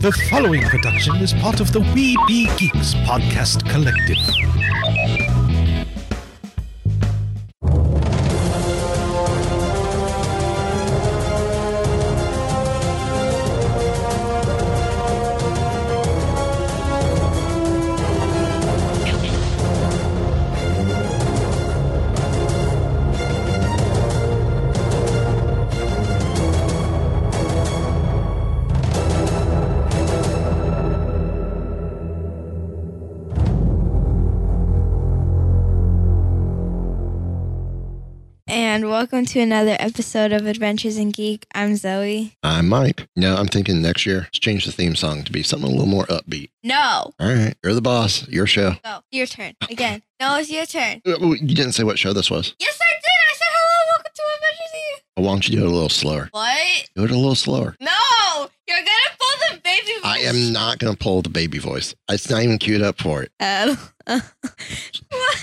The following production is part of the We Be Geeks podcast collective. And welcome to another episode of Adventures in Geek. I'm Zoe. I might. No, I'm thinking next year. Let's change the theme song to be something a little more upbeat. No. All right. You're the boss. Your show. Go. Oh, Your turn. Again. No, it's your turn. Uh, well, You didn't say what show this was. Yes, I did. I said hello. Welcome to Adventures in Geek. Why don't you do it a little slower? What? Do it a little slower. No. You're going to pull the baby. I am not going to pull the baby voice. It's not even queued up for it. Uh, what?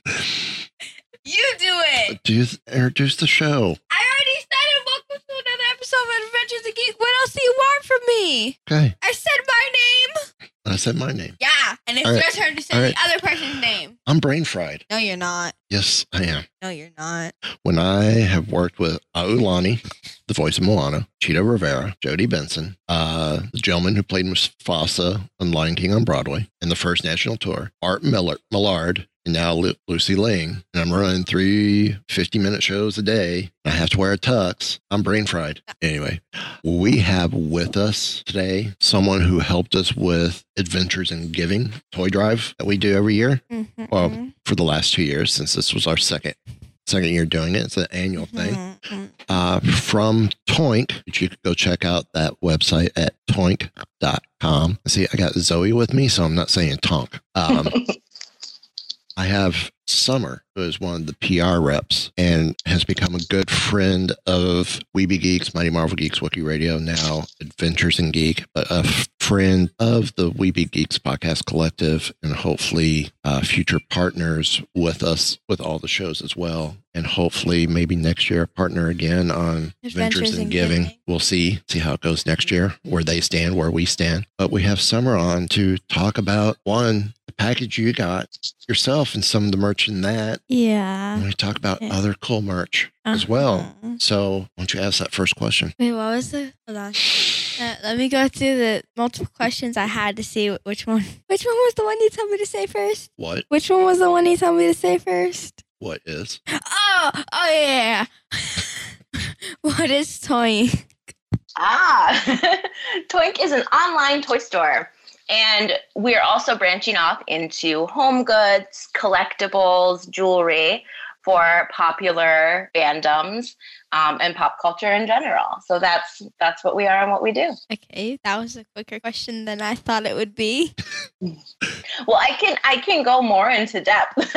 you do it. Do introduce the show. I already started. Welcome to another episode of Adventures in Geek. What else do you want from me? Okay. I said my name. I said my name. Yeah. And it's All right. your turn to say All the right. other person's name. I'm brain fried. No, you're not. Yes, I am. No, you're not. When I have worked with Aulani, the voice of Milano, Cheeto Rivera, Jodie Benson, uh, the gentleman who played Mufasa on Lion King on Broadway and the first national tour, Art Miller, Millard, and now Lu- Lucy Ling, and I'm running three 50 minute shows a day. and I have to wear a tux. I'm brain fried. Anyway, we have with us today someone who helped us with Adventures in Giving toy drive that we do every year Mm-hmm, Well, for the last two years since this was our second second year doing it. It's an annual Mm-hmm. thing. Uh, from Toink, which you could go check out that website at toink.com. See, I got Zoe with me, so I'm not saying Tonk. Um, I have Summer, who is one of the PR reps and has become a good friend of Weeby Geeks, Mighty Marvel Geeks, Wiki Radio, now Adventures in Geek, but a f- friend of the Weeby Geeks Podcast Collective and hopefully uh, future partners with us with all the shows as well. And hopefully, maybe next year, partner again on Adventures, in, giving. We'll see see how it goes next year, where they stand, where we stand. But we have Summer on to talk about one the package you got yourself and some of the merch in that. Yeah. And we talk about yeah. Uh-huh. other cool merch as well. So why don't you ask that first question? Wait, what was the? Hold on. Uh, let me go through the multiple questions I had to see wh- which one. Which one was the one you told me to say first? What Which one was the one you told me to say first? what is? Oh, oh yeah. what is toying? Ah, Twink is an online toy store. And we're also branching off into home goods, collectibles, jewelry for popular fandoms um, and pop culture in general. So that's that's what we are and what we do. Okay, that was a quicker question than I thought it would be. Well, I can I can go more into depth.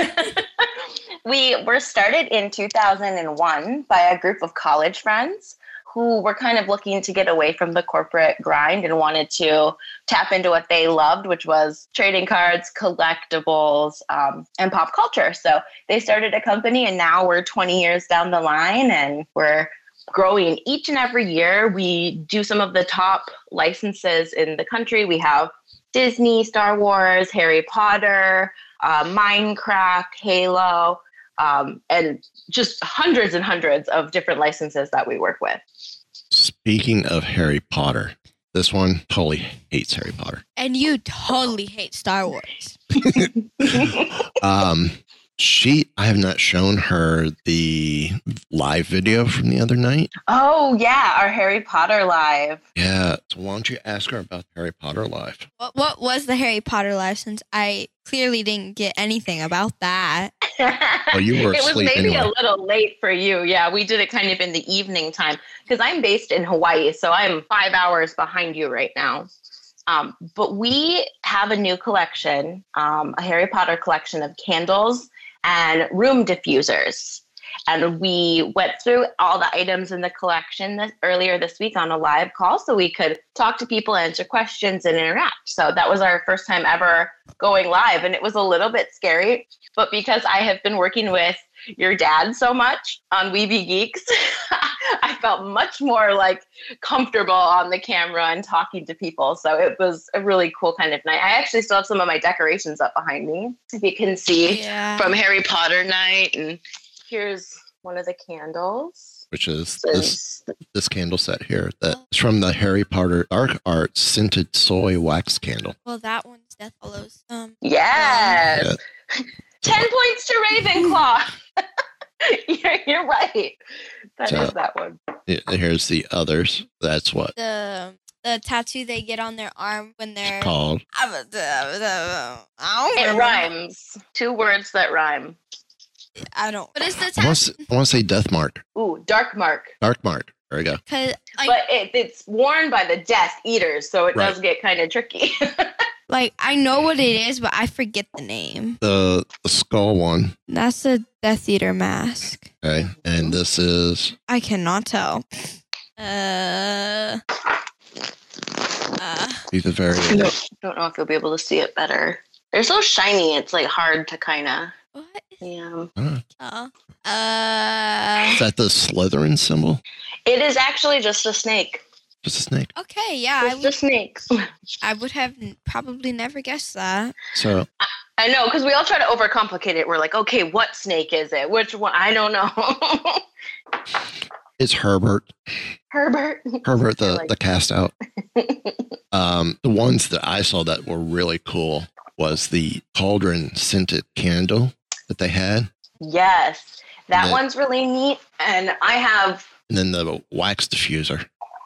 we were started in 2001 by a group of college friends who were kind of looking to get away from the corporate grind and wanted to tap into what they loved, which was trading cards, collectibles, um, and pop culture. So they started a company, and now we're 20 years down the line, and we're growing each and every year. We do some of the top licenses in the country. We have Disney, Star Wars, Harry Potter, uh, Minecraft, Halo, um, and just hundreds and hundreds of different licenses that we work with. Speaking of Harry Potter, this one totally hates Harry Potter. And you totally hate Star Wars. um she I have not shown her the live video from the other night. Oh, yeah, our Harry Potter Live. Yeah. So why don't you ask her about Harry Potter live? What, what was the Harry Potter life since I clearly didn't get anything about that? Oh, you were it was asleep maybe anyway. a little late for you. Yeah, we did it kind of in the evening time because I'm based in Hawaii, so I'm five hours behind you right now. Um, but we have a new collection, um, a Harry Potter collection of candles and room diffusers. And we went through all the items in the collection this, earlier this week on a live call so we could talk to people, answer questions, and interact. So that was our first time ever going live. And it was a little bit scary, but because I have been working with your dad so much on Weeby Geeks, I felt much more like comfortable on the camera and talking to people. So it was a really cool kind of night. I actually still have some of my decorations up behind me, if you can see Yeah. from Harry Potter night. And here's one of the candles. which is this This, this candle set here that is from the Harry Potter Dark Art scented soy wax candle. well, that one's Death Hollows. Um, yes. Yeah. 10 points to Ravenclaw. you're, you're right. That is So- that one. Yeah, and Here's the others. That's what the the tattoo they get on their arm when they're. it's called. I'm a- I don't It remember. rhymes. Two words that rhyme. I don't. But it's the I want tattoo. to I want to say Death Mark, Ooh, dark mark. Dark Mark. There we go. Cause like, But it, it's worn by the Death Eaters, so it Right. does get kind of tricky. like I know what it is, but I forget the name. The, the skull one. That's the Death Eater mask. Okay, and this is I cannot tell. Uh. Uh, these are very Don't know if you'll be able to see it better. They're so shiny, it's like hard to um, kind of. what is Yeah. uh, uh Is that the Slytherin symbol? It is actually just a snake. Just a snake. okay, yeah, I It's would, just snakes. I would have n- probably never guessed that. So I know, because we all try to overcomplicate it. We're like, okay, what snake is it? Which one? I don't know. it's Herbert. Herbert. Herbert the, like- the cast out. um, the ones that I saw that were really cool was the cauldron scented candle that they had, Yes. That Yeah. one's really neat. And I have, and then the wax diffuser.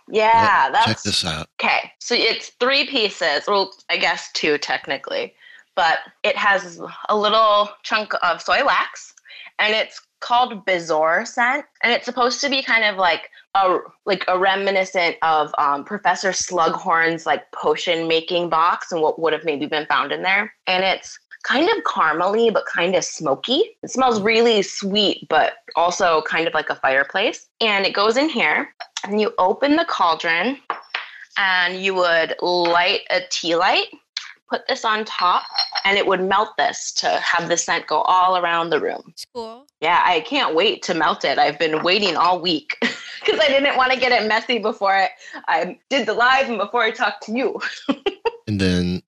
yeah, that's. Check this out. Okay, so it's three pieces. Well, I guess two technically, but it has a little chunk of soy wax, and it's called Bizarre scent, and it's supposed to be kind of like a like a reminiscent of um, Professor Slughorn's like potion making box and what would have maybe been found in there, and it's kind of caramely but kind of smoky. It smells really sweet, but also kind of like a fireplace, and it goes in here. And you open the cauldron, and you would light a tea light, put this on top, and it would melt this to have the scent go all around the room. School. Yeah, I can't wait to melt it. I've been waiting all week because I didn't want to get it messy before I, I did the live and before I talked to you. And then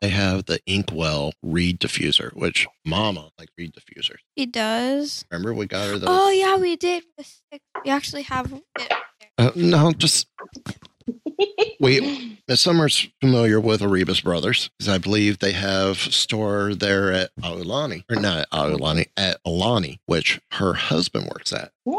they have the Inkwell reed diffuser, which Mama like reed diffuser. He does. Remember we got her those? Oh yeah, we did. We actually have it. Uh, no, just we. Miss Summer's familiar with Arribas Brothers because I believe they have store there at Aulani, or not at Aulani, at Alani, which her husband works at. Yeah,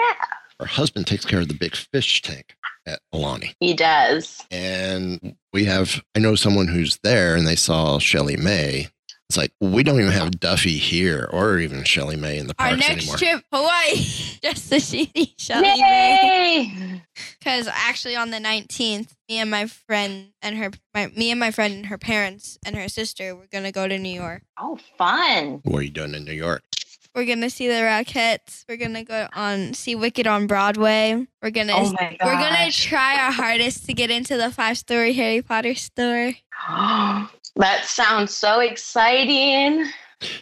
Her husband takes care of the big fish tank at Alani. he does. And we have, I know someone who's there and they saw Shelly May. It's like, we don't even have Duffy here or even Shelly May in the Our parks next anymore. trip, Hawaii. Just the CD Shelly Yay! Because actually, on the nineteenth, me and my friend and her, my, me and my friend and her parents and her sister, we're gonna go to New York. Oh, fun. What are you doing in New York? We're gonna see the Rockettes. We're gonna go on see Wicked on Broadway. We're gonna Oh my we're gonna gosh. try our hardest to get into the five story Harry Potter store. that sounds so exciting.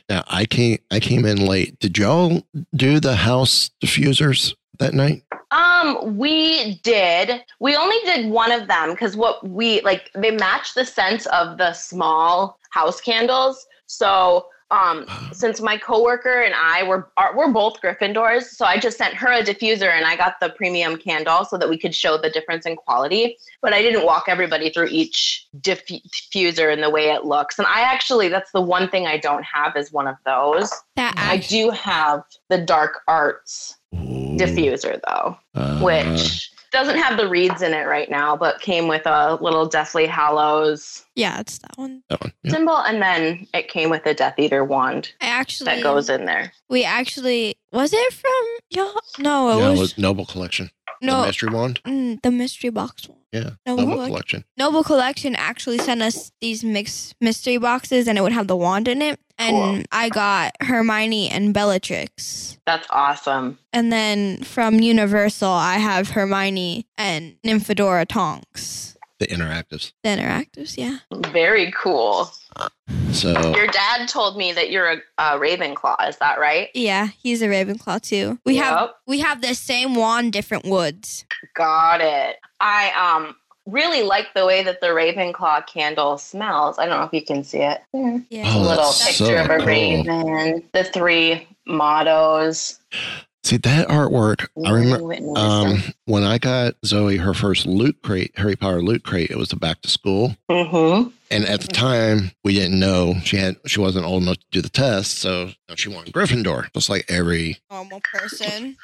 Now I came I came in late. Did y'all do the house diffusers that night? Um, we did. We only did one of them because what we like they match the scent of the small house candles. So um since my coworker and I were are, we're both Gryffindors, so I just sent her a diffuser and I got the premium candle so that we could show the difference in quality. But I didn't walk everybody through each diffu- diffuser and the way it looks. And I actually that's the one thing I don't have is one of those. That I act- do have the dark arts Ooh. diffuser though Uh, which doesn't have the reeds in it right now, but came with a little Deathly Hallows yeah, it's that one. that one. Yeah. symbol, and then it came with a Death Eater wand I actually that goes in there. We actually was it from y'all? No, it Yeah, it was, was Noble Collection. The no mystery wand. mm, the mystery box one. Yeah. Noble, Noble Collect- collection. Noble Collection actually sent us these mixed mystery boxes, and it would have the wand in it. And Cool. I got Hermione and Bellatrix. That's awesome. And then from Universal, I have Hermione and Nymphadora Tonks. The interactives. The interactives, yeah. Very cool. So Your dad told me that you're a, a Ravenclaw. Is that right? Yeah, he's a Ravenclaw too. We have Yep. we have the same wand, different woods. Got it. I um really like the way that the Ravenclaw candle smells. I don't know if you can see it. Mm. Yeah. Oh, a little that's picture so of a cool. raven. The three mottos. see that artwork. I remember Whitney um, when I got Zoe her first loot crate, Harry Potter loot crate. It was the back to school, Mhm. and at the time we didn't know she had she wasn't old enough to do the test, so she wanted Gryffindor. Just like every Normal person.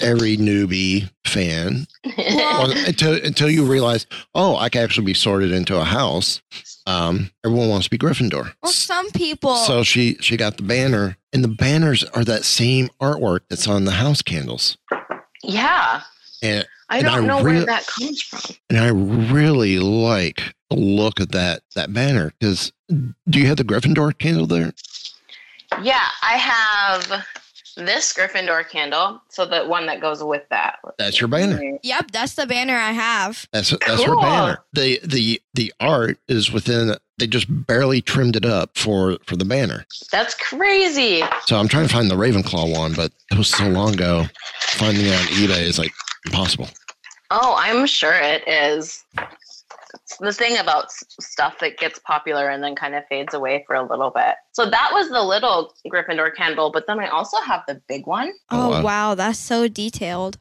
every newbie fan Well- Well, until until you realize, oh, I can actually be sorted into a house. Um, everyone wants to be Gryffindor. Well, some people. so she she got the banner, and the banners are that same artwork that's on the house candles. yeah. And I And don't I know real- where that comes from. and I really like the look of that that banner because do you have the Gryffindor candle there? Yeah, I have this Gryffindor candle, so the one that goes with that. That's your banner. yep, that's the banner I have. That's that's her Cool. banner. The the the art is within. They just barely trimmed it up for for the banner. That's crazy. So I'm trying to find the Ravenclaw one, but it was so long ago. Finding it on eBay is like impossible. Oh, I'm sure it is. It's the thing about s- stuff that gets popular and then kind of fades away for a little bit. So that was the little Gryffindor candle, but then I also have the big one. Oh, Oh, wow. wow, that's so detailed.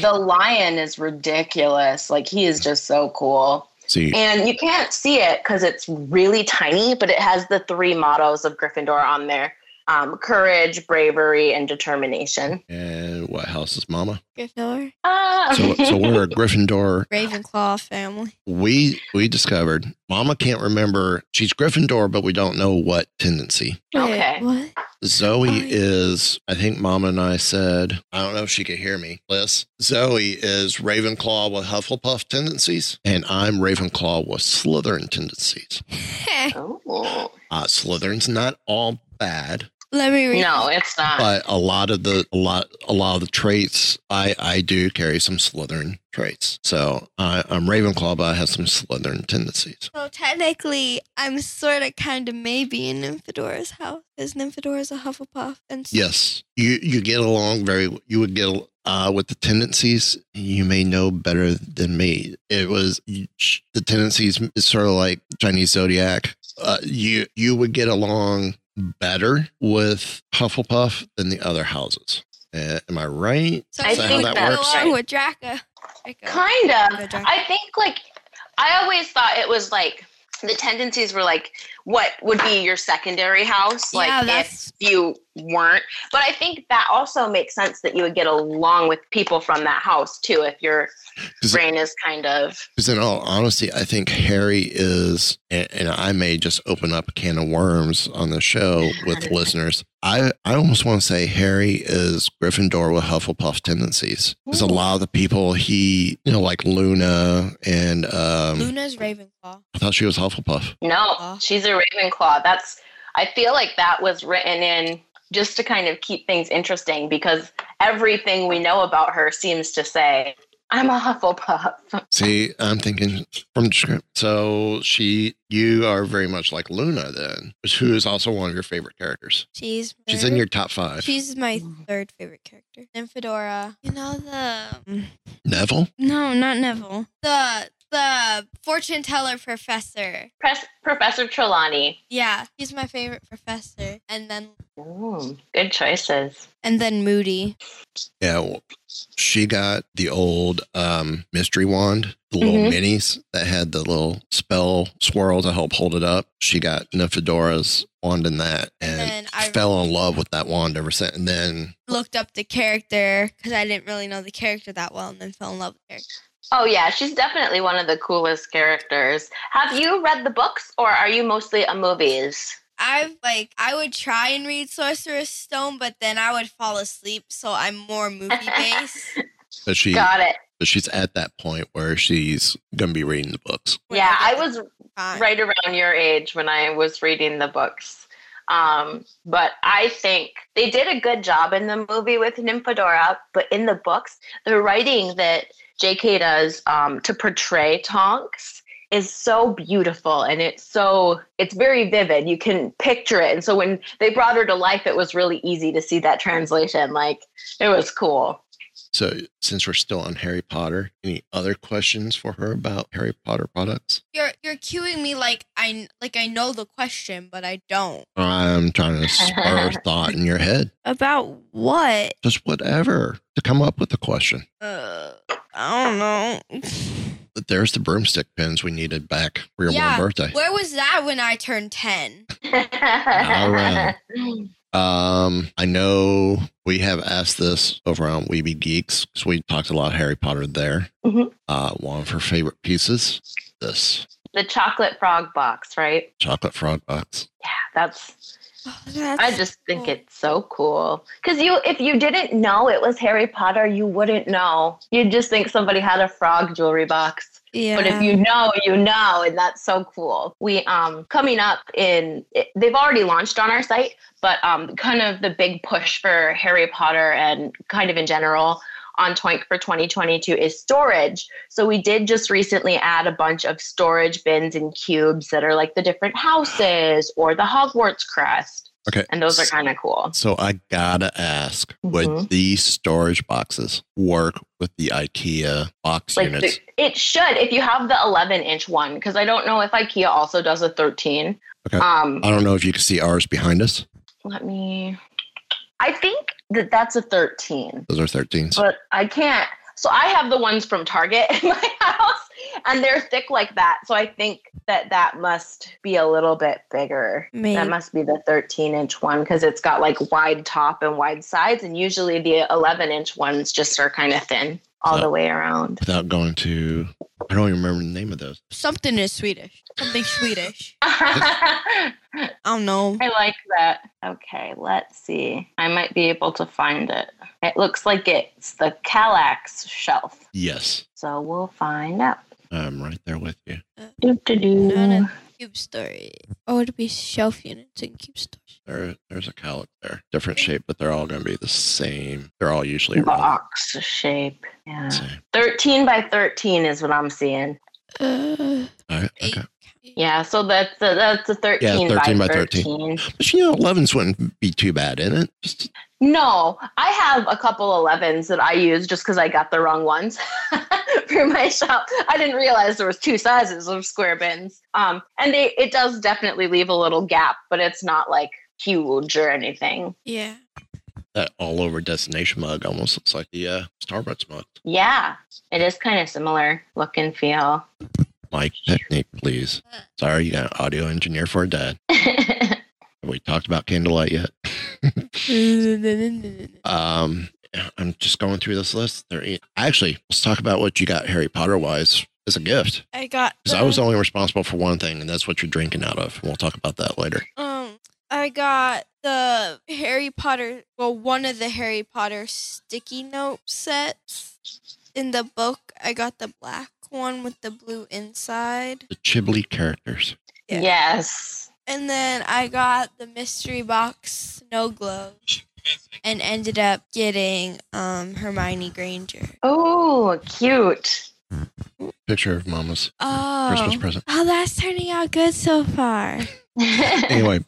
The lion is ridiculous. Like he is just so cool. See, And you can't see it because it's really tiny, but it has the three mottos of Gryffindor on there um, courage, bravery, and determination. and what house is Mama? Gryffindor, Ah. So so we're a Gryffindor. Ravenclaw family. We we discovered Mama can't remember. She's Gryffindor, but we don't know what tendency. Okay. What? Zoe Oh, yeah. is, I think Mama and I said, I don't know if she could hear me, Liz. Zoe is Ravenclaw with Hufflepuff tendencies, and I'm Ravenclaw with Slytherin tendencies. Ooh. Uh, Slytherin's not all bad, Let me read. No, it's not. but a lot of the a lot a lot of the traits I I do carry some Slytherin traits. So I, I'm Ravenclaw, but I have some Slytherin tendencies. So technically, I'm sort of, kind of, maybe in Nymphadora's house. Is Nymphadora's a Hufflepuff? And s- Yes, you you get along very. You would get uh, with the tendencies. You may know better than me. It was the tendencies is sort of like Chinese zodiac. Uh, you you would get along better with Hufflepuff than the other houses. Uh, am I right? So I you would think that go works. along with Draco. Draco. Kind of. Draco, Draco. I think like I always thought it was like the tendencies were like what would be your secondary house, like Yeah, if that's- you weren't. But I think that also makes sense that you would get along with people from that house too, if your Does it- brain is kind of Because in all honesty, I think Harry is, and, and I may just open up a can of worms on the show with listeners. I, I almost want to say Harry is Gryffindor with Hufflepuff tendencies. Because a Ooh. lot of the people he, you know, like Luna, and um, Luna's Ravenclaw. I thought she was Hufflepuff. no, Aw. she's a Ravenclaw. That's I feel like that was written in just to kind of keep things interesting because everything we know about her seems to say, I'm a Hufflepuff. See, I'm thinking from the script. So she, you are very much like Luna, then, who is also one of your favorite characters. She's She's in your top five. She's my third favorite character. Nymphadora. You know the um, Neville? no, not Neville. The the fortune teller professor. Press Professor Trelawney. Yeah, he's my favorite professor. And then Ooh, good choices. and then Moody. Yeah, well, she got the old um, mystery wand, the little Mm-hmm. Mhm. minis that had the little spell swirl to help hold it up. She got Nephidora's wand in that And and, then I- fell in love with that wand ever since. And then, Looked up the character because I didn't really know the character that well, and then fell in love with the character. Oh yeah, she's definitely one of the coolest characters. Have you read the books or are you mostly a movies? I've like I would try and read Sorcerer's Stone, but then I would fall asleep, so I'm more movie based. but she Got it. So she's at that point where she's going to be reading the books. When yeah, I I get was Fine. right around your age when I was reading the books. Um, but I think they did a good job in the movie with Nymphadora, but in the books, the writing that J.K. does um, to portray Tonks is so beautiful and it's so it's very vivid you can picture it and so when they brought her to life it was really easy to see that translation like it was cool So since we're still on Harry Potter, any other questions for her about Harry Potter products? You're you're cueing me like I like I know the question, but I don't. I'm trying to spur a thought in your head. About what? Just whatever to come up with a question. Uh, I don't know. But there's the broomstick pins we needed back for your Yeah. one birthday. Where was that when I turned ten? right. Um, I know we have asked this over on Weeby Geeks because we talked a lot of Harry Potter there. Mhm. Uh, one of her favorite pieces, this the chocolate frog box right chocolate frog box. yeah that's Oh, that's, I just think cool. it's so cool. Cause you if you didn't know it was Harry Potter, you wouldn't know. You'd just think somebody had a frog jewelry box. yeah. But if you know, you know, and that's so cool. We um coming up in it, they've already launched on our site, but um kind of the big push for Harry Potter and kind of in general on Toink for 2022 is storage. So we did just recently add a bunch of storage bins and cubes that are like the different houses or the Hogwarts crest. Okay. And those are kind of cool. So I gotta ask, would Mhm. these storage boxes work with the IKEA box Like units? the, it should if you have the 11 inch one because I don't know if IKEA also does a 13. Okay. Uh, Um, I don't know if you can see ours behind us. let me. I think that that's a 13, Those are 13s. but I can't. So I have the ones from Target in my house, and they're thick like that. So I think that that must be a little bit bigger. That Maybe. must be the 13 inch one because it's got like wide top and wide sides, and usually the 11 inch ones just are kind of thin all Yeah. the way around. Without going to, I don't even remember the name of those. something is Swedish, something Swedish. I I don't know. like that. Okay, let's see. I might be able to find it. It looks like it's the Kallax shelf. Yes, So we'll find out. I'm right there with you. Doo, doo, doo. Not a cube story. Oh, it'd be shelf units and cube storage. There, there's a cowlick there, different shape, but they're all going to be the same. They're all usually around Box shape. Yeah. the same. 13 by 13 is what I'm seeing. Uh, All right, eight. okay. Yeah, so that's a, that's a 13, Yeah, 13 by by, 13. 13. But you know, 11s wouldn't be too bad in it. Just No, I have a couple 11s that I use just because I got the wrong ones for my shop. I didn't realize there was two sizes of square bins. Um, and they, it does definitely leave a little gap, but it's not like huge or anything. Yeah. that all over destination mug almost looks like the uh, Starbucks mug. Yeah, it is kind of similar look and feel. Mike, technique, please. Sorry, you got an audio engineer for a dad. Have we talked about candlelight yet? Um, I'm just going through this list. There, ain't- actually, let's talk about what you got Harry Potter wise as a gift. I got. Because I was only responsible for one thing, and that's what you're drinking out of. We'll talk about that later. Um, I got the Harry Potter, well, one of the Harry Potter sticky note sets. In the book, I got the black one with the blue inside. The Chibli characters. Yeah. Yes. And then I got the mystery box snow globe and ended up getting um Hermione Granger. Oh, cute. Picture of Mama's Christmas Oh. present. Oh, that's turning out good so far. Anyway,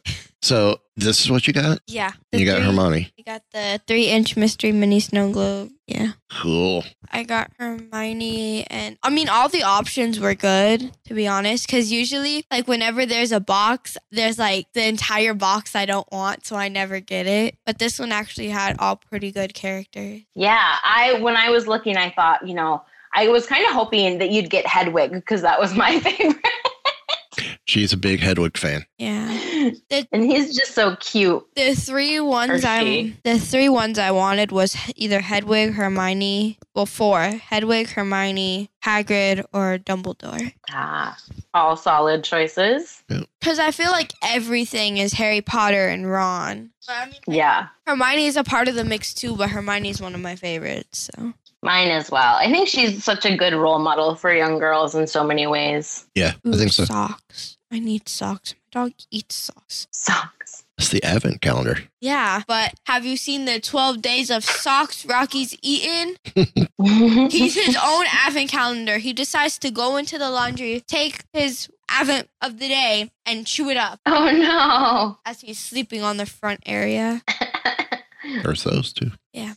so this is what you got. Yeah. the And you got three- Hermione. I got the three inch mystery mini snow globe. Yeah. Cool. I got Hermione, and I mean, all the options were good, to be honest. Because usually, like, whenever there's a box, there's like the entire box I don't want, so I never get it. But this one actually had all pretty good characters. Yeah, I when I was looking, I thought, you know, I was kind of hoping that you'd get Hedwig because that was my favorite, She's a big Hedwig fan. Yeah. That- and he's just so cute. The three ones I Hershey. the three ones I wanted was either Hedwig, Hermione, well four, Hedwig, Hermione, Hagrid, or Dumbledore. Ah, all solid choices. Because I feel like everything is Harry Potter and Ron. But I mean, Yeah, Hermione is a part of the mix too, but Hermione is one of my favorites. So Mine as well. I think she's such a good role model for young girls in so many ways. Yeah, I think so. Socks. I need socks. My dog eats socks. Socks. It's the advent calendar. Yeah, but have you seen the 12 days of socks Rocky's eaten? He's his own advent calendar. He decides to go into the laundry, take his advent of the day, and chew it up oh no. as he's sleeping on the front area. There's those too. Yeah.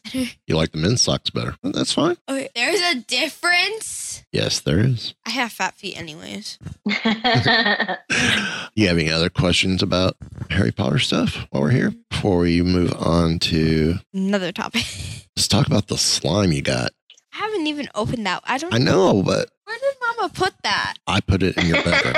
You like the men's socks better. Well, that's fine. Okay, There's a difference. Yes, there is. I have fat feet, anyways. you have any other questions about Harry Potter stuff while we're here? Before we move on to Another topic. let's talk about the slime you got. I haven't even opened that. I don't I know, but Where did Mama put that? I put it in your bedroom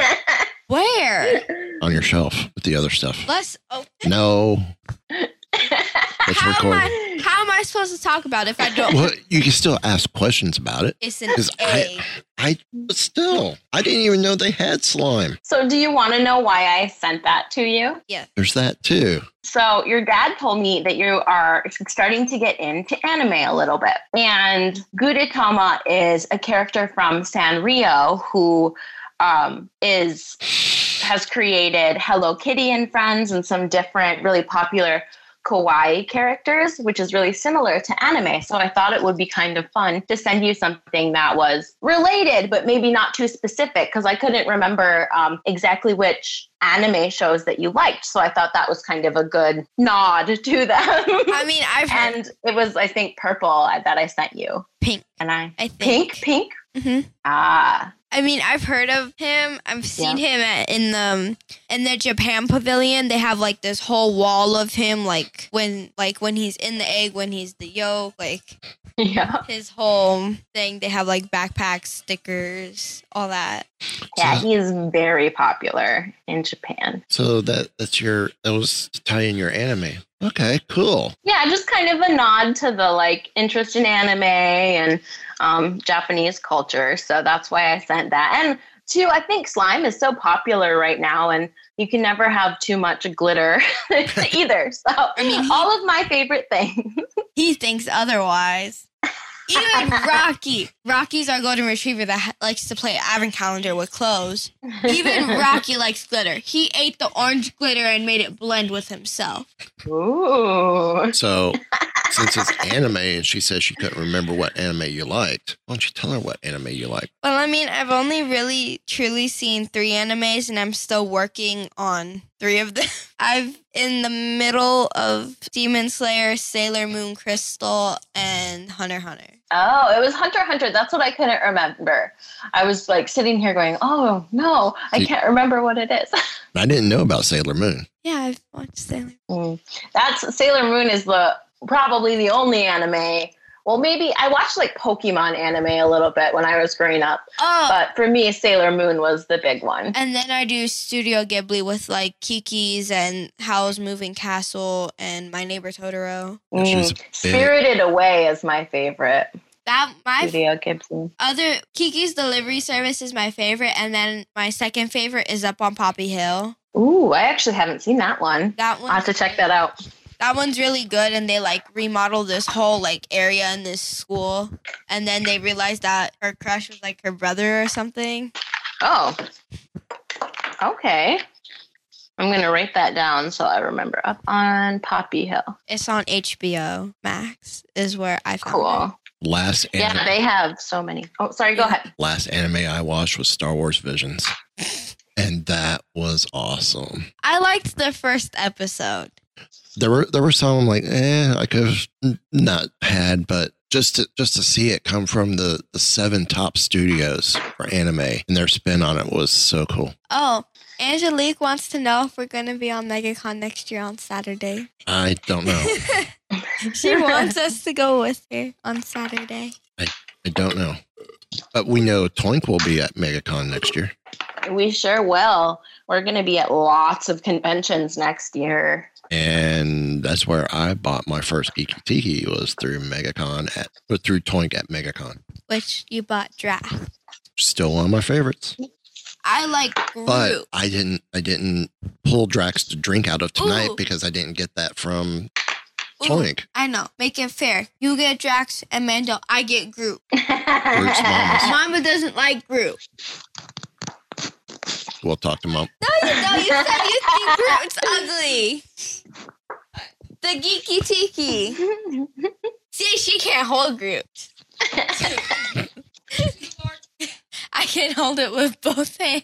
Where? on your shelf with the other stuff. Let's. Oh, No, let's how, am record. Oh, I, how am I supposed to talk about it if I don't? Well, you can still ask questions about it. It's an 'Cause I- egg. But still, I didn't even know they had slime. so, do you want to know why I sent that to you? There's that too. So your dad told me that you are starting to get into anime a little bit. And Gudetama is a character from Sanrio who um, is has created Hello Kitty and Friends and some different really popular kawaii characters, which is really similar to anime. So I thought it would be kind of fun to send you something that was related, but maybe not too specific, because I couldn't remember um, exactly which anime shows that you liked. So I thought that was kind of a good nod to I them. mean, I've heard and it was, I think, purple that I sent you. pink. And I I think pink, pink. hmm Ah, I mean, I've heard of him. I've seen him at, in the um, in the Japan pavilion. They have like this whole wall of him, like when like when he's in the egg, when he's the yolk, like yeah, his whole thing. They have like backpacks, stickers, all that. yeah. So- He is very popular in Japan. So that that's your that was to tie in your anime. Okay, cool. Yeah, just kind of a nod to the like interest in anime and um, Japanese culture. So that's why I sent that. And two, I think slime is so popular right now, and you can never have too much glitter either. So mean, he- all of my favorite things. He thinks otherwise. Even Rocky, Rocky's our golden retriever that ha- likes to play advent calendar with clothes. Even Rocky likes glitter. He ate the orange glitter and made it blend with himself. Ooh. So since it's anime and she says she couldn't remember what anime you liked, why don't you tell her what anime you like? Well, I mean, I've only really truly seen three animes, and I'm still working on three of them. I've in the middle of Demon Slayer, Sailor Moon Crystal, and Hunter x Hunter. Oh, it was Hunter x Hunter. That's what I couldn't remember. I was like sitting here going, "Oh no, I You- can't remember what it is." I didn't know about Sailor Moon. Yeah, I've watched Sailor. Mm. That's Sailor Moon is the probably the only anime. Well, maybe I watched like Pokemon anime a little bit when I was growing up, Oh, but for me, Sailor Moon was the big one. And then I do Studio Ghibli with like Kiki's and Howl's Moving Castle and My Neighbor Totoro. Yeah, she was Mm. Spirited Away is my favorite. That my Studio Gibson. other Kiki's Delivery Service is my favorite, and then my second favorite is Up on Poppy Hill. Ooh, I actually haven't seen that one. That one I'll have to check that out. That one's really good, and they like remodeled this whole like area in this school, and then they realized that her crush was like her brother or something. Oh, okay. I'm gonna write that down so I remember. Up on Poppy Hill. It's on HBO Max, is where I found it. Cool. Last anime, Yeah, they have so many. Oh, sorry. Go ahead. last anime I watched was Star Wars Visions. And that was awesome. I liked the first episode. there were there were some like eh I could have n- not had, but just to just to see it come from the the seven top studios for anime and their spin on it was so cool. Oh, Angelique wants to know if we're going to be on MegaCon next year on Saturday. I don't know. she wants us to go with her on Saturday. I don't know. But we know Toink will be at MegaCon next year. We sure will. We're going to be at lots of conventions next year. And that's where I bought my first Geeky Tiki was through MegaCon at or through Toink at MegaCon. Which you bought draft. Still one of my favorites. I like But Groot. I didn't I didn't pull Drax to drink out of tonight Ooh. because I didn't get that from Oh. Flank. I know. Make it fair. You get Drax and Mando. I get Groot. moms. Mama doesn't like Groot. We'll talk to mom. No, you don't. You said you think Groot's ugly. The geeky tiki. See, she can't hold Groot. I can hold it with both hands.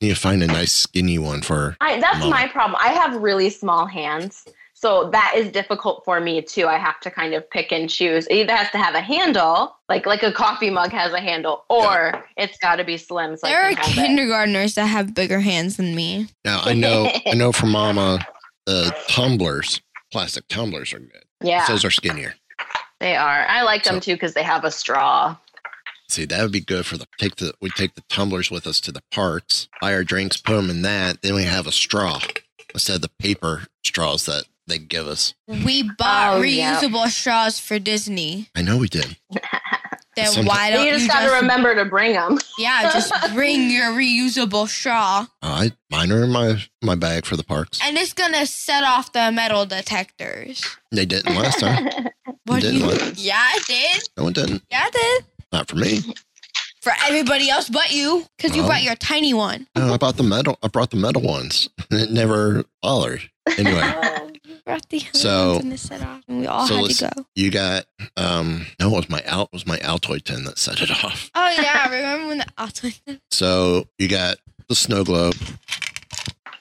You find a nice skinny one for her. I, that's Mama. my problem. I have really small hands. So that is difficult for me too. I have to kind of pick and choose. It either has to have a handle, like like a coffee mug has a handle, or it's got to be slim. So I There are can have it. kindergartners that have bigger hands than me. Now I know I know for Mama, the tumblers, plastic tumblers are good. Yeah, Those are skinnier. they are. I like them too because they have a straw. See, that would be good for the take the we take the tumblers with us to the parks, buy our drinks, put them in that. Then we have a straw instead of the paper straws that they give us. We bought Oh, yeah. reusable straws for Disney. I know we did. Then Sometimes- why don't You just got to remember to bring them. Yeah, just bring your reusable straw, Uh, I mine are in my my bag for the parks. and it's gonna set off the metal detectors. They didn't last time. What didn't you? what? Yeah, it did. No, it didn't. Yeah, it did. Not for me. For everybody else but you, because you Oh. brought your tiny one. No, I bought the metal. I brought the metal ones. It never bothered. Anyway, Brought the other So- ones and it set off, and we all so had let's- to go. you got um. No, it was my out. It was my Altoid tin that set it off. Oh yeah, remember when the oh, So you got the snow globe,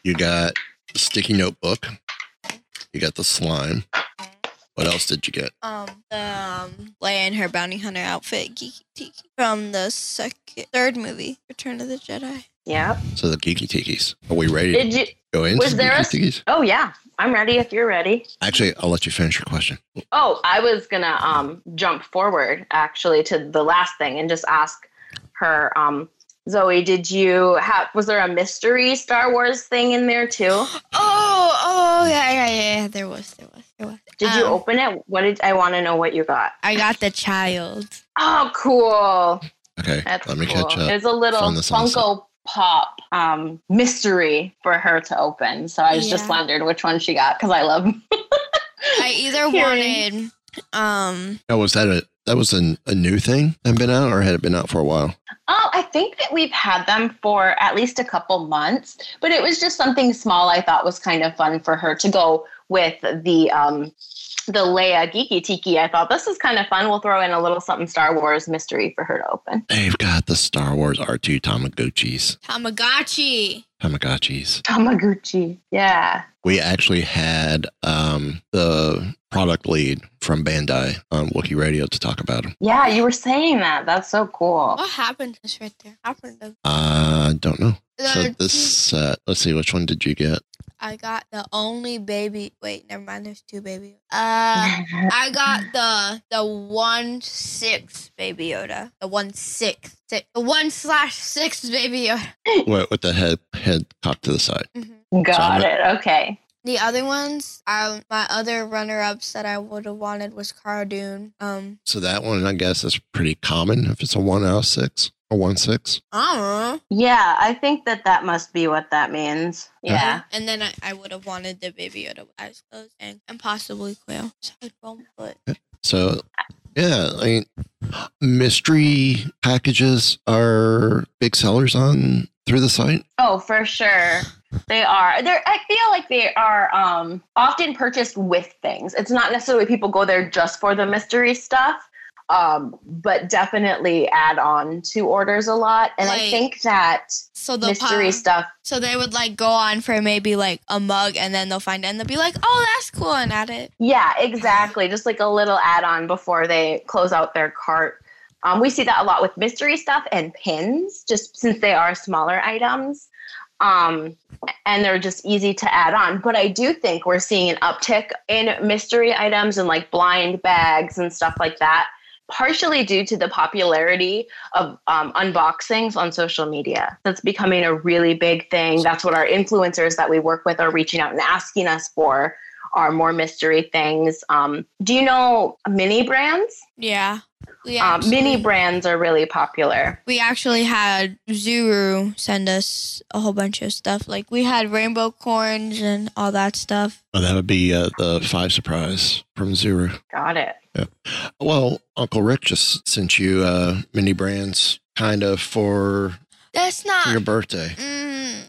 you got the sticky notebook, you got the slime. What else did you get? um the um, Leia in her bounty hunter outfit, geeky tiki from the second third movie, Return of the Jedi. yeah. So the geeky tikis. Are we ready to Did you? go into was the there a- geeky tikis? Oh yeah. I'm ready if you're ready. Actually, I'll let you finish your question. Oh, I was gonna um, jump forward actually to the last thing and just ask her, um, Zoe, did you have? Was there a mystery Star Wars thing in there too? Oh, oh yeah, yeah, yeah. yeah, There was, there was, there was. Did you Um, open it? What did I want to know? What you got? I got the child. Oh, cool. Okay, That's let me cool. catch up. There's a little Find this on the Funko Pop um, mystery for her to open. So I was just Yeah. wondered which one she got because I love. I either wanted Hearing. um Oh, was that a that was an, a new thing that had been out, or had it been out for a while? Oh, I think that we've had them for at least a couple months, but it was just something small I thought was kind of fun for her to go with the um the Leia Geeky Tiki. I thought this is kind of fun. We'll throw in a little something Star Wars mystery for her to open. They've got the Star Wars R2 Tamagotchis. Tamagotchi. Tamagotchis. Tamaguchi. Yeah. we actually had um, the product lead from Bandai on Wookiee Radio to talk about him. Yeah, you were saying that. That's so cool. What happened to this right there? Happened to I don't know. So the- this set, let's see, which one did you get? I got the only baby. Wait, never mind. There's two baby. Uh, I got the the one six baby Yoda. The one six, six the one slash six baby Yoda. Wait, with the head head cocked to the side. Mhm. Got it. Okay. The other ones, um, my other runner ups that I would have wanted was Cara Dune. Um, So that one, I guess, is pretty common if it's a one out of six or one six. I don't know. Yeah, I think that that must be what that means. Yeah. And then I, I would have wanted the baby Yoda with eyes closed and, and possibly quail. So I'd roll with it. So yeah, I mean, mystery packages are big sellers on through the site. Oh, for sure. They are. They're, I feel like they are um, often purchased with things. It's not necessarily people go there just for the mystery stuff, um, but definitely add on to orders a lot. And I Like think that So the mystery pop- stuff, So they would like go on for maybe like a mug and then they'll find it and they'll be like, oh, that's cool and add it. yeah, exactly. Just like a little add on before they close out their cart. Um, we see that a lot with mystery stuff and pins, just since they are smaller items. um, and they're just easy to add on. But I do think we're seeing an uptick in mystery items and like blind bags and stuff like that, partially due to the popularity of um, unboxings on social media. That's becoming a really big thing. That's what our influencers that we work with are reaching out and asking us for. are more mystery things. Um, do you know mini brands? Yeah. We Um, actually, mini brands are really popular. we actually had Zuru send us a whole bunch of stuff. Like we had rainbow corns and all that stuff. Well, that would be uh, the five surprise from Zero. Got it. Well, Uncle Rick just sent you uh, mini brands kind of for, That's for your not. birthday. Mm,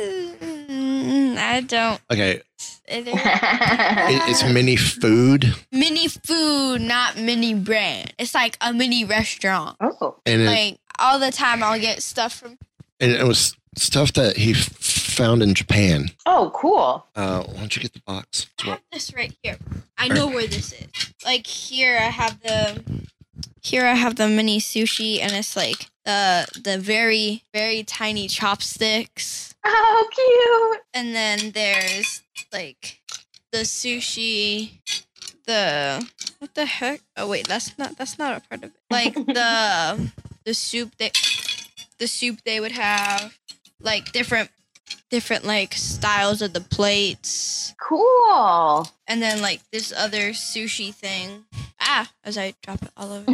mm, I don't. Okay, It, yeah, it, it's mini food mini food, not mini brand. It's like a mini restaurant. oh, and it, Like all the time, I'll get stuff from. and it was stuff that he f- found in Japan. oh, cool. Uh, why don't you get the box? It's I what- have this right here. I know where this is. Like here, I have the here I have the mini sushi, and it's like the the very very tiny chopsticks, How cute. and then there's like the sushi, the what the heck? Oh wait, that's not that's not a part of it. Like the the soup they the soup they would have, like different different like styles of the plates. Cool. and then like this other sushi thing. Ah, as I drop it all over.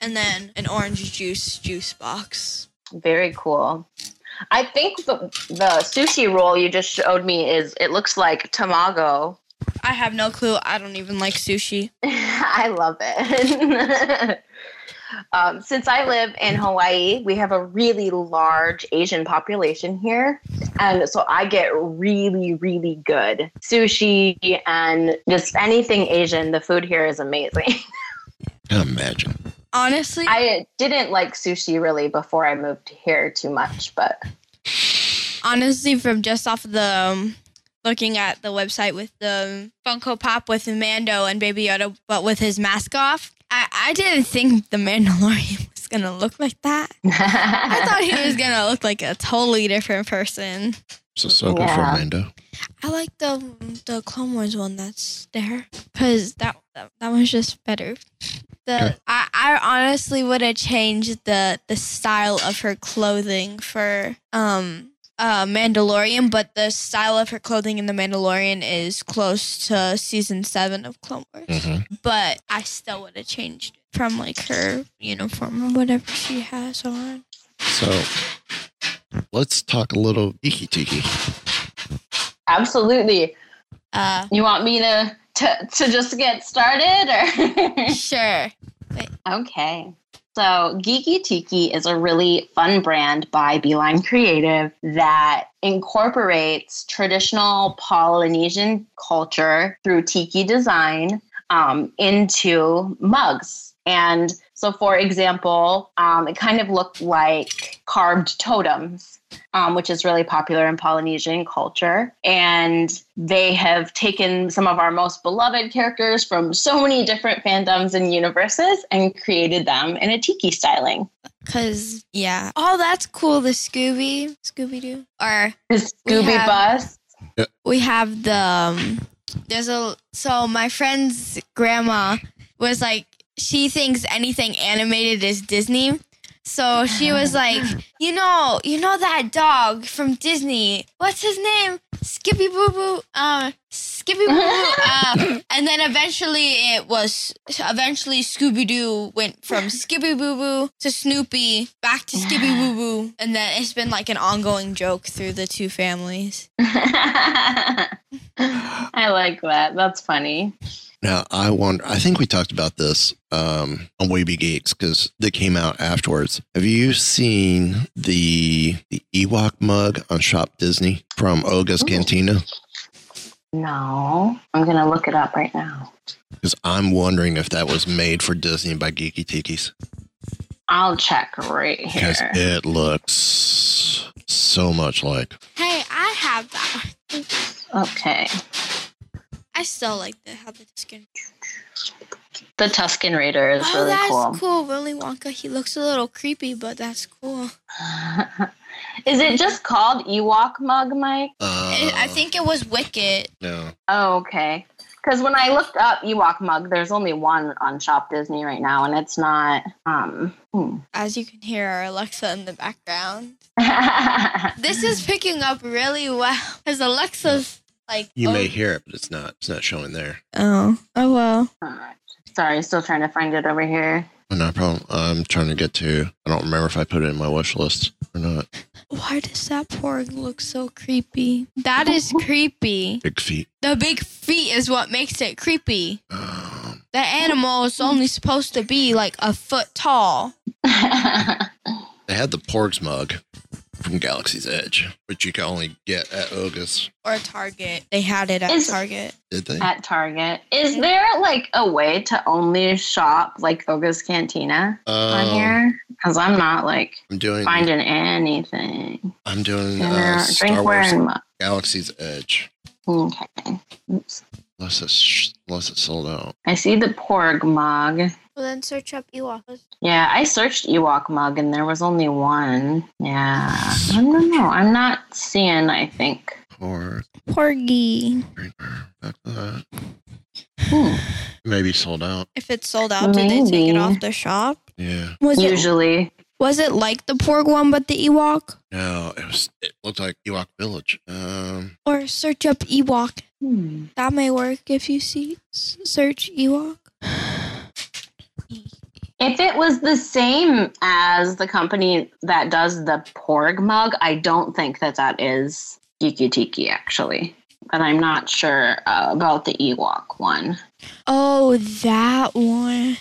and then an orange juice juice box. Very cool. I think the, the sushi roll you just showed me is it looks like tamago. I have no clue. I don't even like sushi. I love it. um, since I live in Hawaii, we have a really large Asian population here. And so I get really, really good sushi and just anything Asian. The food here is amazing. I can't imagine. Honestly, I didn't like sushi really before I moved here too much, but honestly, from just off of the um, looking at the website with the Funko Pop with Mando and Baby Yoda, but with his mask off, I, I didn't think the Mandalorian was gonna look like that. I thought he was gonna look like a totally different person. So Soka Yeah. for Mando. I like the the Clone Wars one that's there because that, that that one's just better. Okay. The I, I honestly would have changed the the style of her clothing for um uh Mandalorian, but the style of her clothing in the Mandalorian is close to season seven of Clone Wars. Mhm. But I still would have changed it from like her uniform or whatever she has on. So let's talk a little geeky tiki. Absolutely. Uh, You want me to to, to just get started or sure. Okay. So, Geeky Tiki is a really fun brand by Beeline Creative that incorporates traditional Polynesian culture through tiki design um, into mugs. And so, for example, um, it kind of looked like carved totems, um, which is really popular in Polynesian culture. And they have taken some of our most beloved characters from so many different fandoms and universes and created them in a tiki styling. Cause yeah, oh that's cool. The Scooby Scooby Doo, or The We Scooby have- Bus. we have the um, there's a so my friend's grandma was like she thinks anything animated is Disney. So she was like, you know, you know that dog from Disney. What's his name? Skippy Boo Boo. Uh, Skippy Boo Boo. Uh, and then eventually it was eventually Scooby Doo went from Skippy Boo Boo to Snoopy back to Skippy Boo Boo, and then it's been like an ongoing joke through the two families. I like that. That's funny. Now I wonder. I think we talked about this um, on Weeby Geeks because they came out afterwards. Have you seen the the Ewok mug on Shop Disney from Olga's Ooh. Cantina? No, I'm going to look it up right now. Because I'm wondering if that was made for Disney by Geeky Tiki's I'll check right here. because it looks so much like. Hey, I have that. Okay. I still like the how the skin. The Tuscan Raider is oh, really that's cool. cool. Willy Wonka. He looks a little creepy, but that's cool. is it just called Ewok Mug, Mike? Uh, I I think it was Wicked. no. Oh, okay. Because when I looked up Ewok mug, there's only one on Shop Disney right now, and it's not. Um, hmm. As you can hear, our Alexa in the background. This is picking up really well because Alexa's Like You oh, may hear it, but it's not. It's not showing there. Oh, oh well. Alright. Sorry, still trying to find it over here. Oh, no problem. I'm trying to get to. I don't remember if I put it in my wish list or not. Why does that porg look so creepy? That is creepy. Big feet. The big feet is what makes it creepy. Um, The animal is only supposed to be like a foot tall. they had the Porgs mug from Galaxy's Edge, which you can only get at Ogus. Or Target. They had it at Is- Target. Did they? At Target. Is there like a way to only shop like Oga's Cantina on Um, here? Because I'm not like I'm doing. finding anything. I'm doing uh, Yeah, Star drinkware Wars and mug. Galaxy's Edge. Okay. Oops. Unless it's unless it's sold out. I see the Porg mug. Well, then search up Ewok. Yeah, I searched Ewok mug and there was only one. Yeah. I don't know. I'm not seeing, I think. Porg. Porgy. drinkware, back to that. Hmm. Maybe sold out. If it's sold out, did they take it Maybe. off the shop? Yeah. Was it Usually. was it like the porg one but the Ewok? No, it was. It looked like Ewok Village. Um, Or search up Ewok. Hmm. That may work if you see s- search Ewok. If it was the same as the company that does the Porg mug, I don't think that that is Geeky Tiki, actually. But I'm not sure uh, about the Ewok one. Oh, that one.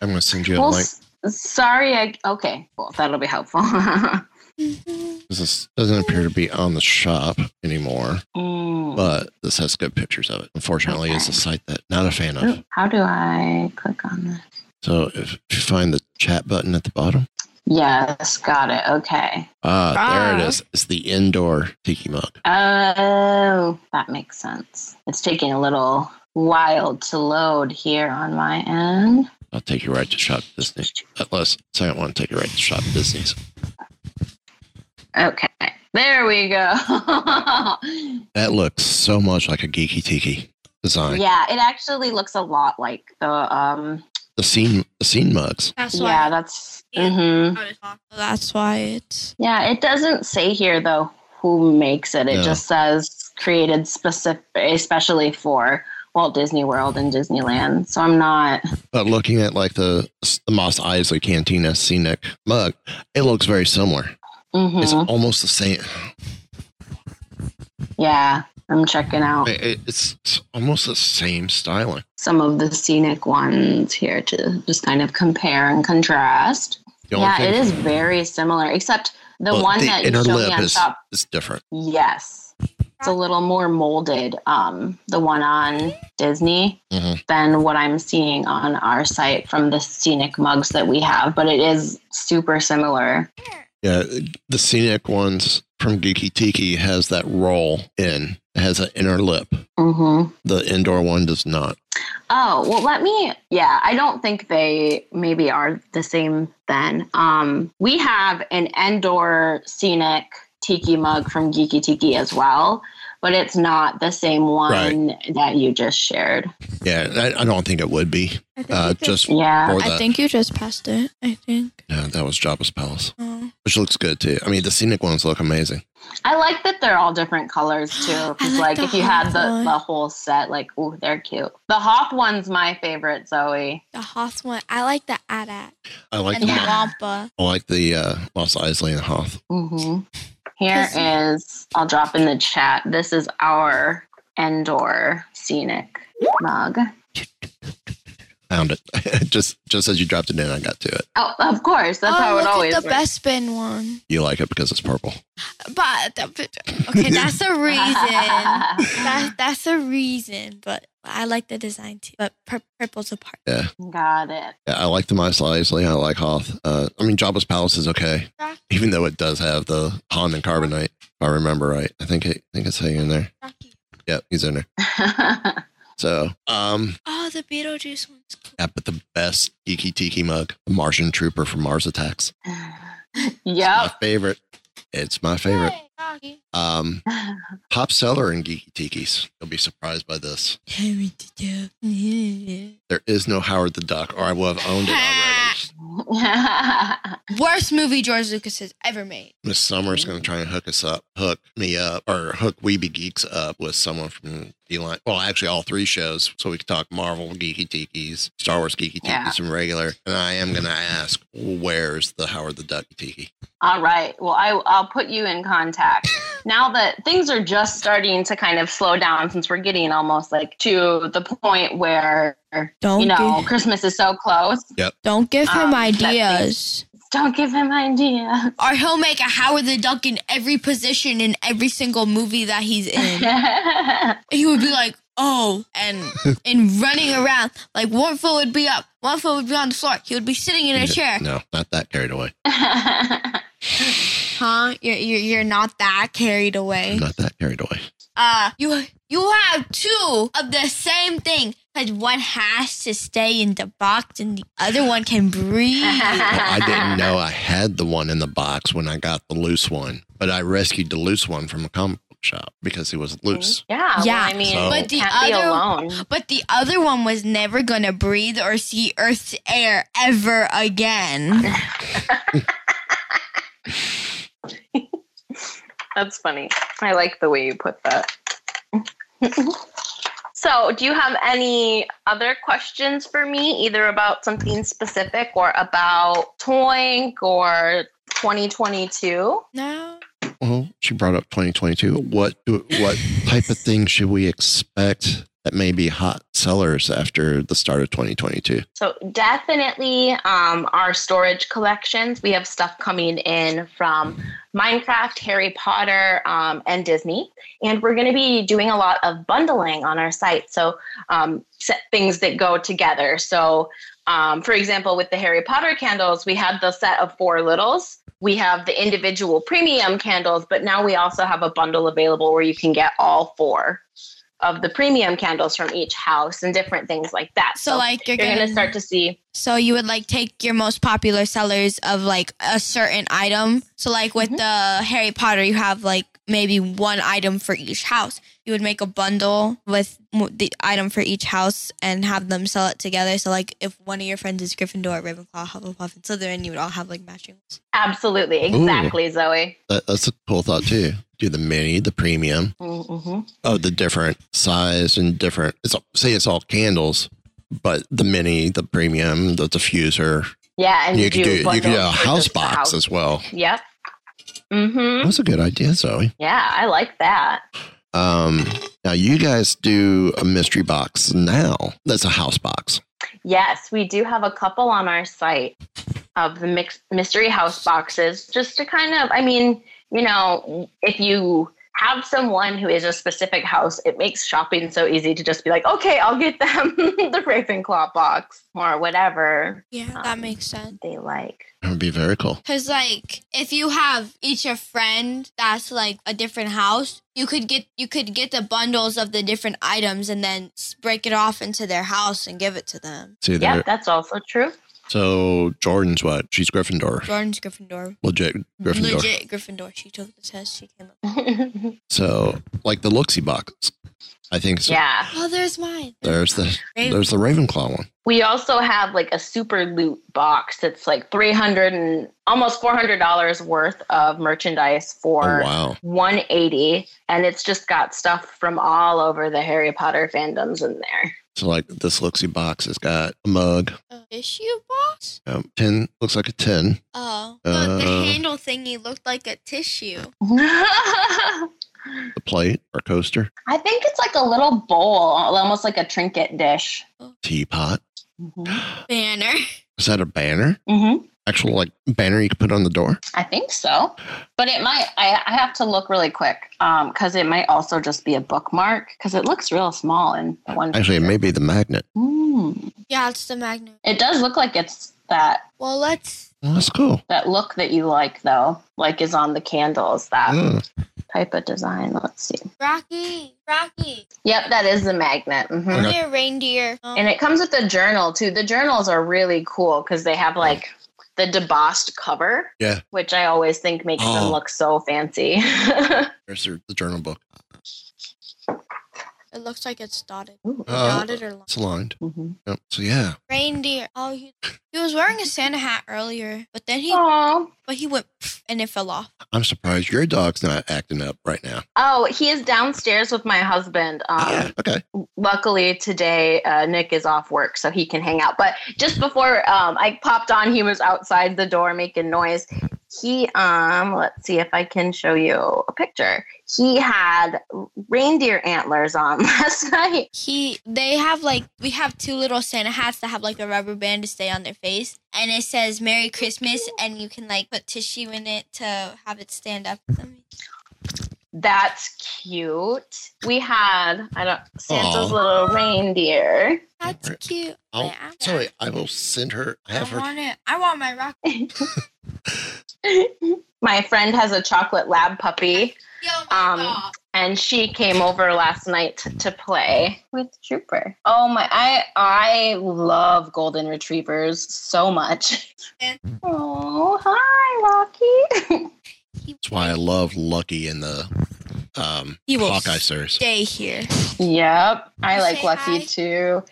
I'm gonna send you a Well, link. s- sorry. I, okay, cool. That'll be helpful. This doesn't appear to be on the shop anymore, Hmm. but this has good pictures of it. Unfortunately, it's a site that not a fan of. Ooh, How do I click on this? So if you find the chat button at the bottom, Yes, got it. Okay. ah, there Ah. it is. It's the indoor tiki mug. Oh, that makes sense. It's taking a little while to load here on my end. I'll take you right to Shop Disney. Unless so I don't want to take you right to Shop Disney's. Okay. There we go. That looks so much like a geeky tiki design. yeah, it actually looks a lot like the um The scene, the scene mugs. That's yeah, that's mhm. That's why it's Yeah, it doesn't say here though who makes it. It No. just says created specific especially for Walt Disney World and Disneyland. So I'm not But looking at like the the Moss Isley Cantina scenic mug, it looks very similar. It's mhm. almost the same. Yeah, I'm checking out. It- it- It's, it's almost the same styling. some of the scenic ones here to just kind of compare and contrast. The only yeah, thing- it is very similar, except the well, one that you inner showed me on is, top. is different. Yes, it's a little more molded. Um, the one on Disney Mhm. than what I'm seeing on our site from the scenic mugs that we have, but it is super similar. Yeah, the scenic ones from Geeky Tiki has that roll in. It has an inner lip. hmm The indoor one does not. Oh, well, let me. Yeah, I don't think they maybe are the same then. Um, we have an Endor scenic tiki mug from Geeky Tiki as well, but it's not the same one that you just shared. Yeah, I, I don't think it would be. I think Uh, you just, just Yeah. for I that. think you just passed it. I think. yeah, that was Jabba's Palace, Oh. which looks good too. I mean, the scenic ones look amazing. I like that they're all different colors too. I Because, like like, the if you had Hoth the, one. the whole set, like, ooh, they're cute. The Hoth one's my favorite, Zoe. The Hoth one. I like the Adat I like and the, the Yeah. Wampa. I like the uh, Moss Isley and Hoth. Mm-hmm. Here Cause- is, I'll drop in the chat. This is our Endor scenic mug. Found it just just as you dropped it in. I got to it. Oh, of course. That's oh, how look it always at works. the best spin one. You like it because it's purple. But okay, that's a reason. that, that's a reason. But I like the design too. But pur- purple's a part. Got it. Yeah, I like the Mice Isley. I like Hoth. Uh, I mean, Jabba's Palace is okay, Rock, even though it does have the Han and Carbonite, if I remember right. I think it, I think it's hanging in there. Rocky. Yep, he's in there. So, um, Oh, the Beetlejuice one's cool. yeah, but the best Geeky Tiki mug, the Martian Trooper from Mars Attacks. My yep. favorite. It's my favorite. Hey, Rocky. Rocky. Um, top seller in Geeky Tiki's. You'll be surprised by this. There is no Howard the Duck, or I will have owned it already. Worst movie George Lucas has ever made. Miss Summer's going to try and hook us up, hook me up, or hook Weeby Geeks up with someone from D Line. Well, actually, all three shows. So we can talk Marvel Geeky Tiki's, Star Wars Geeky Tiki's, Yeah. and regular. And I am going to ask, where's the Howard the Duck Tiki? All right. Well, I, I'll put you in contact. now that things are just starting to kind of slow down, since we're getting almost like to the point where, Don't you know, give, Christmas is so close. don't give him Um, that thing. ideas, Don't give him ideas. or he'll make a Howard the Duck in every position in every single movie that he's in. he would be like, oh, and and running around. Like one foot would be up, one foot would be on the floor. He would be sitting in a chair. No, not that carried away. Huh? You're, you're, you're not that carried away. Not that carried away. Uh, you you have two of the same thing because one has to stay in the box and the other one can breathe. Well, I didn't know I had the one in the box when I got the loose one, but I rescued the loose one from a comic book shop because it Mm-hmm. was loose. Yeah. Yeah. Well, I mean, So- But the can't be other- alone. But the other one was never gonna breathe or see Earth's air ever again. That's funny. I like the way you put that. so, do you have any other questions for me, either about something specific or about Toink or 2022? No. Well, she brought up 2022. What do, what type of things should we expect that may be hot sellers after the start of 2022? So definitely um, our storage collections. We have stuff coming in from Minecraft, Harry Potter, um, and Disney. And we're going to be doing a lot of bundling on our site. So um, set things that go together. So um, for example, with the Harry Potter candles, we had the set of four littles. We have the individual premium candles, but now we also have a bundle available where you can get all four of the premium candles from each house and different things like that. So like you're You're gonna, going to start to see. So you would like take your most popular sellers of like a certain item. So like with Mhm. the Harry Potter, you have like maybe one item for each house. You would make a bundle with mo- the item for each house and have them sell it together. So like if one of your friends is Gryffindor, Ravenclaw, Hufflepuff, and Slytherin, you would all have like matching ones. Absolutely. Exactly, Zoe. That, that's a cool thought too. Do the mini, the premium, Mm-hmm. oh, the different size and different. It's all- say it's all candles, but the mini, the premium, the diffuser. Yeah. And you could do you could do a bundles for house just the box house. as well. Yep. Mm-hmm. That's a good idea, Zoe. Yeah, I like that. Um, now you guys do a mystery box now. That's a house box. Yes, we do have a couple on our site of the mix- mystery house boxes, just to kind of, I mean, you know, if you have someone who is a specific house, it makes shopping so easy to just be like, okay, I'll get them the Ravenclaw box or whatever Yeah, that makes sense. they like. That would be very cool. Cause like if you have each a friend that's like a different house, you could get you could get the bundles of the different items and then s- break it off into their house and give it to them. See there. Yeah, that's also true. So Jordan's what? She's Gryffindor. Jordan's Gryffindor. Legit Gryffindor. Legit Gryffindor. She took the test. She came up. So like the Looksy box. I think so. yeah. Oh, there's mine. There's the Uh, there's the Ravenclaw one. We also have like a super loot box that's like 300 and almost $400 worth of merchandise for Oh wow. 180 and it's just got stuff from all over the Harry Potter fandoms in there. So like this Looksy box has got a mug. A Uh, tissue box. Um, tin looks like a tin. Oh, the, the Uh. handle thingy looked like a tissue. The plate or coaster. I think it's like a little bowl, almost like a trinket dish. Teapot. Mhm. Banner. Is that a banner? Mhm. Actual like banner you could put on the door? I think so. But it might, I, I have to look really quick because it might also just be a bookmark because it looks real small in one. Actually it may be the magnet. Mm. Yeah, it's the magnet. It does look like it's that Well, let's Well, that's cool. that look that you like though like is on the candles that Yeah. type of design let's see Rocky. Rocky. yep that is the magnet hmm Reindeer. Okay. Um, Reindeer. and it comes with a journal too the journals are really cool because they have like the debossed cover. Yeah. Which I always think makes Oh. them look so fancy. There's their- the journal book. It looks like it's dotted. Ooh. Uh, dotted or lined. it's aligned. Mhm. Yep. So yeah, Reindeer. Oh, he, he was wearing a Santa hat earlier, but then he Aw. but he went pff, and it fell off. I'm surprised your dog's not acting up right now. Oh, he is downstairs with my husband. Um, Ah, okay. luckily today uh, nick is off work so he can hang out but just before um, i popped on he was outside the door making noise he um let's see if i can show you a picture he had reindeer antlers on last night He they have like we have two little Santa hats that have like a rubber band to stay on their face, and it says Merry Christmas, and you can like put tissue in it to have it stand up. that's cute we had i don't santa's Aw. little reindeer That's cute. I'll, Yeah. Oh, Sorry, I will send her. I have I her. want it. I want my rock. my friend has a chocolate lab puppy Yo, my Um, God. and she came over last night to play with Trooper. Oh my! I I love golden retrievers so much. And- Oh hi, Rocky. That's why I love Lucky in the um, He will Hawkeye series. stay here. yep, I You like say Lucky hi? too.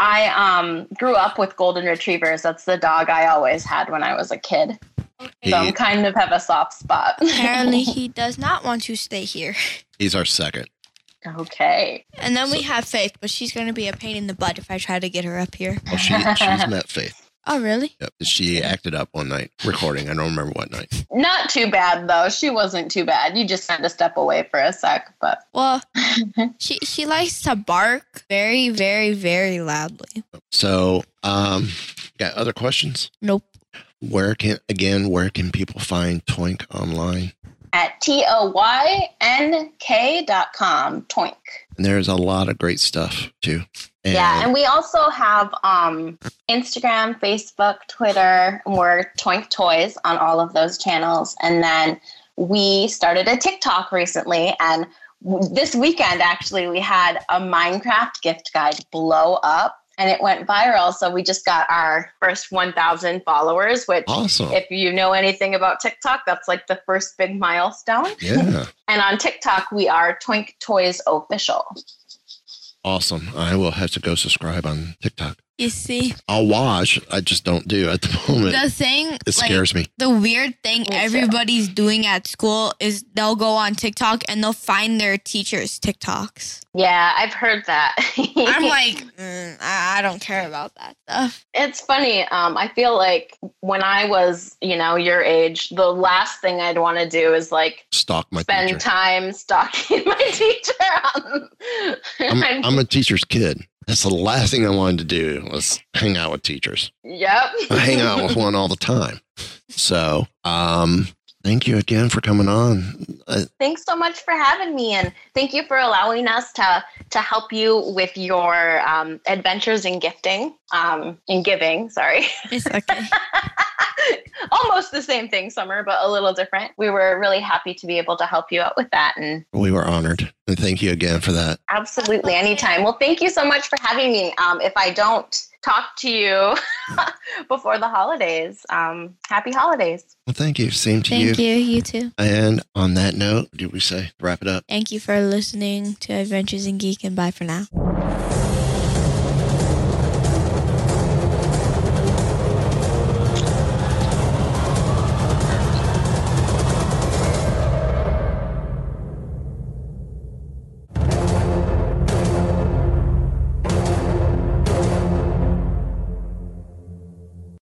I um grew up with golden retrievers. That's the dog I always had when I was a kid. So He- I'm kind of have a soft spot. Apparently, he does not want to stay here. He's our second. okay. And then we have Faith, but she's going to be a pain in the butt if I try to get her up here. Well, Oh, she, she's met Faith. Oh, really? Yep. She acted up one night recording. I don't remember what night. Not too bad though. She wasn't too bad. You just had to step away for a sec, but Well, she she likes to bark very, very, very loudly. So, um, got other questions? Nope. Where can again? Where can people find Toink online? at T-O-Y-N-K dot com, Toink. And there's a lot of great stuff too. And yeah, and we also have um, Instagram, Facebook, Twitter. and We're Toink Toys on all of those channels. And then we started a TikTok recently. And w- this weekend, actually, we had a Minecraft gift guide blow up and it went viral. So we just got our first 1,000 followers, which, awesome. if you know anything about TikTok, that's like the first big milestone. yeah. And on TikTok, we are Twink Toys Official. Awesome. I will have to go subscribe on TikTok. You see, I'll watch. I just don't do at the moment. the thing, it like, scares me. the weird thing too. everybody's doing at school is they'll go on TikTok and they'll find their teacher's TikToks. Yeah, I've heard that. I'm like, mm, I, I don't care about that stuff. it's funny. Um, I feel like when I was, you know, your age, the last thing I'd want to do is like Stalk my spend teacher. time stalking my teacher. Um, On, I'm, I'm a teacher's kid. That's the last thing I wanted to do was hang out with teachers. yep. I Uh, hang out with one all the time. So, um, thank you again for coming on. Uh, Thanks so much for having me, and thank you for allowing us to to help you with your um, adventures in gifting, um, in giving. Sorry. It's okay. almost the same thing, Summer, but a little different. We were really happy to be able to help you out with that. And we were honored. And thank you again for that. absolutely anytime. Well, thank you so much for having me. Um, if I don't talk to you before the holidays, um, happy holidays. Well, thank you. Same to Thank you. You too. And on that note, do we say wrap it up? Thank you for listening to Adventures in Geek and bye for now.